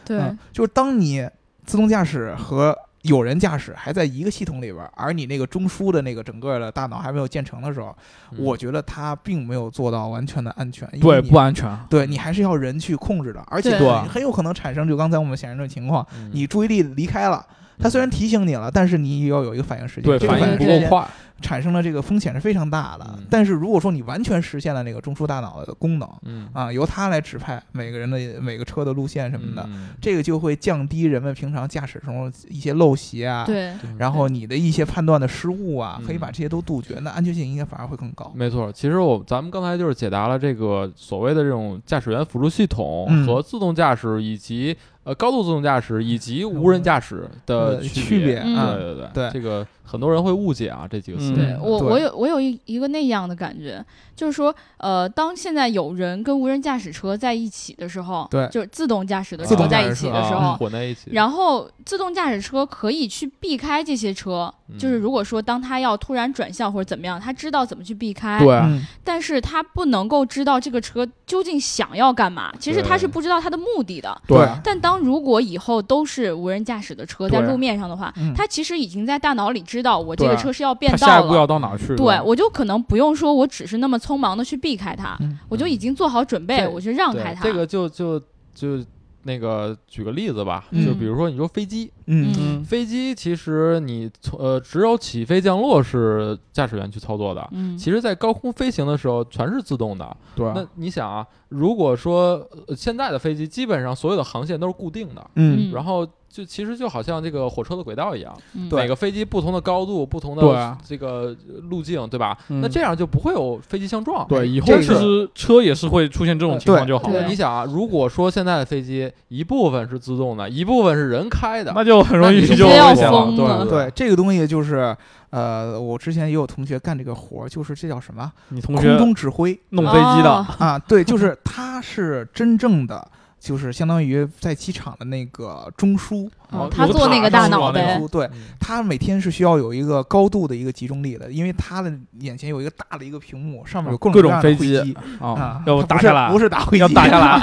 B: 对
C: 嗯，就是当你自动驾驶和有人驾驶还在一个系统里边儿，而你那个中枢的那个整个的大脑还没有建成的时候，
E: 嗯
C: 我觉得它并没有做到完全的安全。因为
D: 对
C: 你
D: 不安全，
C: 对你还是要人去控制的，而且
B: 对
C: 很很有可能产生就刚才我们显示的情况，
E: 嗯
C: 你注意力离开了。它虽然提醒你了，但是你也要有一个反应时间，
D: 对
C: 这个
D: 反应不
C: 时
D: 够
C: 间
D: 快，
C: 产生了这个风险是非常大的。
E: 嗯
C: 但是如果说你完全实现了那个中枢大脑的功能
E: 嗯
C: 啊，由它来指派每个人的每个车的路线什么的，
E: 嗯
C: 这个就会降低人们平常驾驶中一些陋习啊，，
B: 对
C: 然后你的一些判断的失误啊，
E: 嗯
C: 可以把这些都杜绝，那安全性应该反而会更高。
E: 没错，其实我咱们刚才就是解答了这个所谓的这种驾驶员辅助系统
C: 嗯
E: 和自动驾驶，以及呃高度自动驾驶以及无人驾驶的
C: 呃
E: 区
C: 区别
E: 对
B: 嗯
E: 对对
C: 对
E: 这个很多人会误解啊这几个词。
D: 嗯
B: 对我，我
C: 对
B: 有我有一一个那样的感觉，就是说，呃，当现在有人跟无人驾驶车在一起的时候，
C: 对啊
B: 就是自动驾驶的
E: 自
B: 车
E: 动驾
B: 在
C: 驶
B: 一起
C: 车嗯
B: 的时候，
E: 啊混在一起，
B: 然后自动驾驶车可以去避开这些车，就是
E: 嗯
B: 如果说当它要突然转向或者怎么样，它知道怎么去避开，
E: 对
C: 嗯，
B: 但是它不能够知道这个车究竟想要干嘛，其实它是
E: 对
B: 不知道它的目的的。
C: 对，
B: 但当如果以后都是无人驾驶的车在
D: 对
B: 路面上的话
C: 嗯，
B: 它其实已经在大脑里知道我这个
D: 对
B: 车是要变
D: 他
B: 道
D: 下一步要
B: 了，
D: 到哪儿去？
B: 对我就可能不用说，我只是那么匆忙的去避开它，
C: 嗯
B: 我就已经做好准备，
E: 对
B: 我去让
E: 对
B: 开它。
E: 这个就就就那个举个例子吧，
C: 嗯
E: 就比如说你说飞机，
C: 嗯
B: 嗯
E: 飞机其实你从呃只有起飞降落是驾驶员去操作的。
B: 嗯，
E: 其实，在高空飞行的时候，全是自动的。
D: 对
C: 嗯
E: 那你想啊，如果说、呃现在的飞机基本上所有的航线都是固定的，
C: 嗯，
E: 然后就其实就好像这个火车的轨道一样，
B: 嗯
C: 对
E: 每个飞机不同的高度、不同
D: 对
E: 的
D: 啊
E: 这个呃路径，对吧？
D: 嗯
E: 那这样就不会有飞机相撞。
D: 对，以后
C: 这
D: 其
C: 个
D: 实车也是会出现这种情况就好
B: 对
E: 那
D: 了
E: 你，想啊，如果说现在的飞机一部分是自动的，一部分是人开的，
D: 那就很容易
E: 那你
D: 就
E: 就
D: 危
B: 要
D: 险
B: 疯
D: 了。
B: 了
D: 对，
C: 对，这个东西就是，呃，我之前也有同学干这个活儿，就是这叫什么
D: 你同学
C: 空中指挥
D: 弄飞机的
B: 哦，
C: 啊？对，就是 他是真正的。就是相当于在机场的那个中枢，
B: 哦
D: 哦
B: 他
D: 有
B: 做那
D: 塔
B: 个
D: 上
B: 大
D: 是
B: 脑
D: 往那
B: 呗
D: 个，
C: 中枢对，
E: 嗯
C: 他每天是需要有一个高度的一个集中力的，因为他的眼前有一个大的一个屏幕，上面有各种
D: 啊
C: 各
D: 各种
C: 样的
D: 飞
C: 飞
D: 机
C: 机
D: 啊
C: 啊，，
D: 要
C: 他
D: 打
C: 不
D: 下
C: 是
D: 来
C: 不，是打飞机，
D: 要打下 来，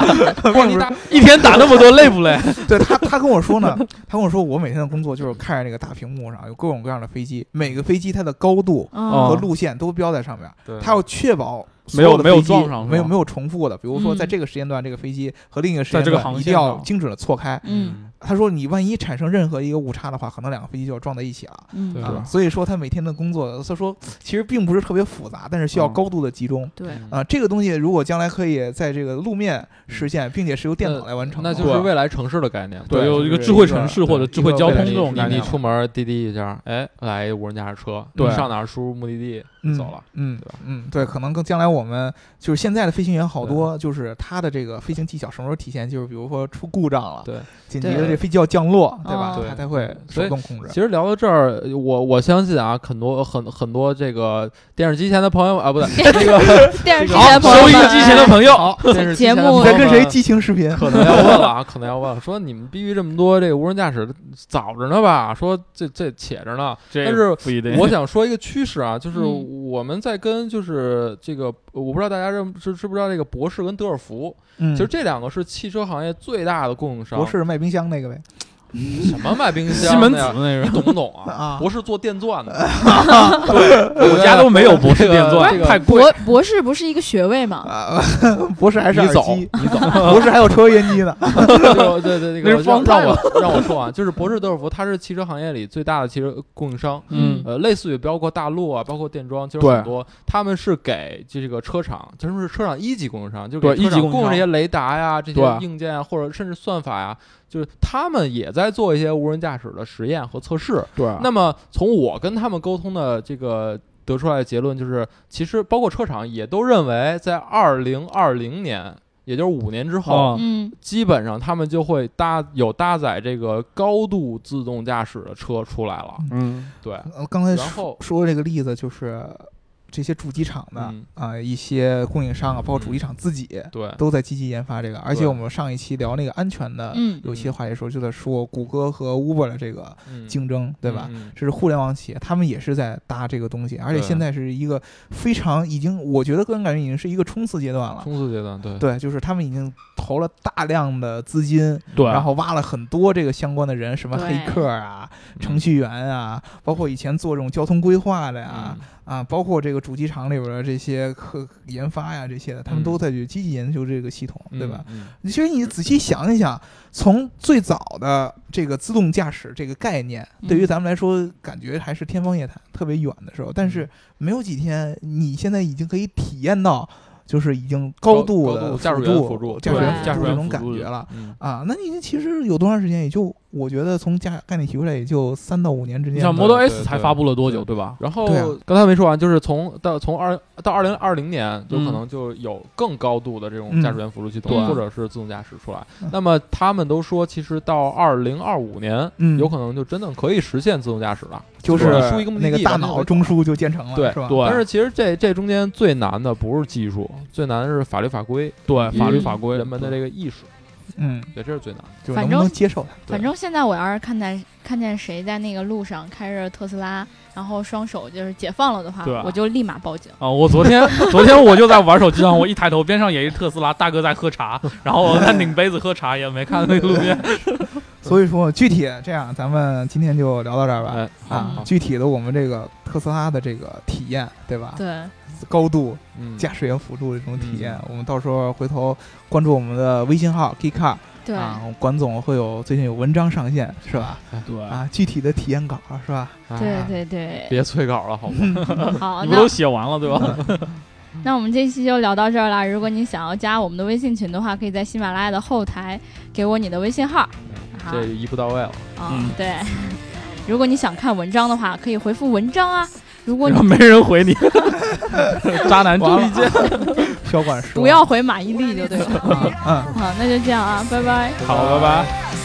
E: 或者你打
D: 一天打那么多累不累？
C: 对他，他跟我说呢，他跟我说，我每天的工作就是看着那个大屏幕上有各种各样的飞机，每个飞机它的高度和
B: 嗯
D: 哦
C: 路线都标在上面，
E: 对
C: 他要确保
D: 没有
C: 所的
D: 没有
C: 飞机
D: 撞上是吧
C: 没有没有重复的。比如
B: 嗯
C: 说，在这个时间段，这个飞机和另一个时间
D: 在这个
C: 段
D: 航
C: 一定
D: 线
C: 要
D: 上
C: 精准的错开。
B: 嗯
C: 他说，你万一产生任何一个误差的话，可能两个飞机就要撞在一起了。
B: 嗯
E: 对
C: 啊，所以说他每天的工作，他说其实并不是特别复杂，但是需要
D: 嗯
C: 高度的集中。
B: 对，
E: 嗯
C: 啊，这个东西如果将来可以在这个路面实现，并且是由电脑来完成的
E: 呃那
C: 话，
E: 就是未来城市的概念。
C: 对
D: 有一个
C: 就是
D: 智慧
C: 一个
D: 城市或
C: 对
D: 者智慧
C: 一个
D: 交
C: 未
D: 通
C: 来
D: 这
C: 的
D: 种
E: 你
D: 概
E: 你
D: 念
E: 你，出门滴滴一下，哎，来一无人驾驶车，
C: 对
E: 你上哪儿输入目的地
C: 嗯
E: 走了。
C: 嗯，
E: 对吧
C: 嗯，对，可能更将来我们就是现在的飞行员好多，就是他的这个飞行技巧什么时候体现？就是比如说出故障了，
E: 对，
C: 紧急的
E: 对
C: 这飞机要降落，对嗯吧？
B: 哦
C: 他才会手动控制。
E: 其实聊到这儿，我我相信啊，很多很很多这个电视机前的朋友们啊，不对，这个
B: 电视机
E: 好
B: 前的朋友
D: 收
B: 们
D: 音机前的朋友，
E: 电视机前的
B: 节目
C: 你
E: 朋友们
C: 在跟谁激情视频？
E: 可能要问了啊，可能要问了，说你们逼逼这么多这个无人驾驶，早着呢吧？说这这且着呢。
D: 这
E: 但是
D: 不一定。
E: 我想说一个趋势啊，就是
B: 嗯
E: 我们在跟就是这个，我不知道大家认知知不知道这个博士跟德尔福，
C: 嗯，
E: 其实这两个是汽车行业最大的供应商。
C: 博士卖冰箱那个呗。
E: 什么卖冰
D: 西
E: 箱
D: 门
E: 的
D: 子
E: 呀？
D: 那
E: 你
D: 个，
E: 懂不 懂
C: 啊
E: 啊？博士做电 钻的，
D: 我家都没有博士电钻
E: 这，个
D: 太贵。
B: 博博士不是一个学位吗？
C: 啊， 博士还是
E: 你
C: 耳
E: 走
C: 机，你走， 博士还有抽油烟机 呢。
E: 对对对，那
D: 那是
E: 个
D: 方
E: 让
D: 太
E: 让我让我说完，就是博士德尔福，它是汽车行业里最大的汽车供应商。
D: 嗯
E: 呃，类似于包括大陆啊，包括电装，其实
D: 对
E: 很多他们是给这个车厂，就是车厂一级供应商，就是
D: 对
E: 给车
D: 一级供
E: 厂
D: 应商
E: 供这些雷达呀、这
D: 对
E: 些硬件啊，或者甚至算法呀，就是他们也在做一些无人驾驶的实验和测试。
D: 对，
E: 那么从我跟他们沟通的这个得出来的结论就是，其实包括车厂也都认为，在二零二零年，也就是五年之后，
D: 哦
B: 嗯，
E: 基本上他们就会搭有搭载这个高度自动驾驶的车出来了。
D: 嗯，
E: 对，
C: 呃刚才
E: 然
C: 说
E: 后
C: 说这个例子就是这些主机厂的啊
E: 嗯、
C: 一些供应商啊，包括主机厂自己
E: 对，
C: 都在积极研发这个。而且
E: 对
C: 我们上一期聊那个安全的
B: 嗯
C: 有一期话题的时候，就在说谷歌和 Uber 的这个
E: 嗯
C: 竞争，对吧？
E: 嗯
C: 这是互联网企业，他们也是在搭这个东西，而且
E: 对
C: 现在是一个非常已经，我觉得个人感觉已经是一个冲刺阶段了。
E: 冲刺阶段，对，
C: 对，就是他们已经投了大量的资金，
D: 对，
C: 然后挖了很多这个相关的人，什么
B: 对
C: 黑客啊、
E: 嗯
C: 程序员啊，包括以前做这种交通规划的呀
E: 嗯，
C: 啊，包括这个主机厂里边的这些科研发呀这些的，他们
E: 嗯
C: 都在去积极研究这个系统，对吧？？
E: 嗯
C: 其实你仔细想一想，从最早的这个自动驾驶这个概念，
B: 嗯
C: 对于咱们来说，感觉还是天方夜谭，特别远的时候。但
E: 嗯
C: 是没有几天，你现在已经可以体验到，就是已经高度
E: 高
C: 的
E: 度驾驶员辅助
C: 驾驶员
B: 对
C: 辅助这种感
D: 驾驶员辅助
C: 觉了。
E: 嗯，
C: 啊，那你其实有多长时间？也就我觉得从价概念提出来，也就三到五年之
D: 你
C: 间。
D: 像
E: 摩
D: Model
E: 对
D: S
E: 对
D: 才
E: 对
D: 发布了多久，
E: 对
D: 对吧？
E: 然
C: 对啊
E: 后刚才没说完，就是从到从二到二零二零年，有可
D: 嗯
E: 能就有更高度的这
C: 嗯
E: 种驾驶员辅助系
D: 对
E: 统，或者是自动驾驶出来
C: 嗯。
E: 那么他们都说，其实到二零二五年，
C: 嗯
E: 有可能就真的可以实现自动驾驶了。
C: 就是
E: 我输一个目的
C: 那个
E: 地
C: 大
E: 完全
C: 脑
E: 为
C: 中枢就建成了，
E: 对
C: 是吧？
D: 对
E: 但是其实这这中间最难的不是技术，最难的是法律法规、
D: 对，法律
B: 嗯
D: 法规，
E: 人们的这个意识，
C: 嗯，
E: 对，这是最难的。
C: 就是
B: 反
C: 能不能
B: 正
C: 接受它？
E: 对
B: 反正现在我要是看见看见谁在那个路上开着特斯拉，然后双手就是解放了的话
D: 对啊，
B: 我就立马报警。
D: 啊，我昨天昨天我就在玩手机上，我一抬头，边上也是特斯拉大哥在喝茶，然后我在拧杯子喝茶，也没看那个路边。
C: 所以说具体这样，咱们今天就聊到这儿吧。
E: 哎，好
C: 啊
E: 好，，
C: 具体的我们这个特斯拉的这个体验，对
D: 啊
C: 吧？
B: 对，
C: 高度
E: 嗯，
C: 驾驶员辅助的这种体验，我们到时候回头关注我们的微信号 Geekcar
B: 对，
C: 啊，管总会有最近有文章上线，是吧？
D: 对
C: 啊，具体的体验稿是吧？
E: 哎
B: 对，对对。
E: 别催稿了，好吗？
D: 嗯
B: 好，
D: 你
B: 那嗯
D: 不都写完了对吧？
B: 那我们这期就聊到这儿啦。如果你想要加我们的微信群的话，可以在喜马拉雅的后台给我你的微信号。好
E: 这一步到位了。
B: 啊、
D: 嗯
B: 对。 如果你想看文章的话，可以回复文章啊。如果
D: 然
B: 你
D: 后没人 回你，渣
C: 完
D: 男注
C: 了
D: 意见。
C: 小管说
B: 不要回马伊琍就对了。
C: 嗯。
B: 好，那就这样啊，拜拜。
D: 好，拜拜。
A: I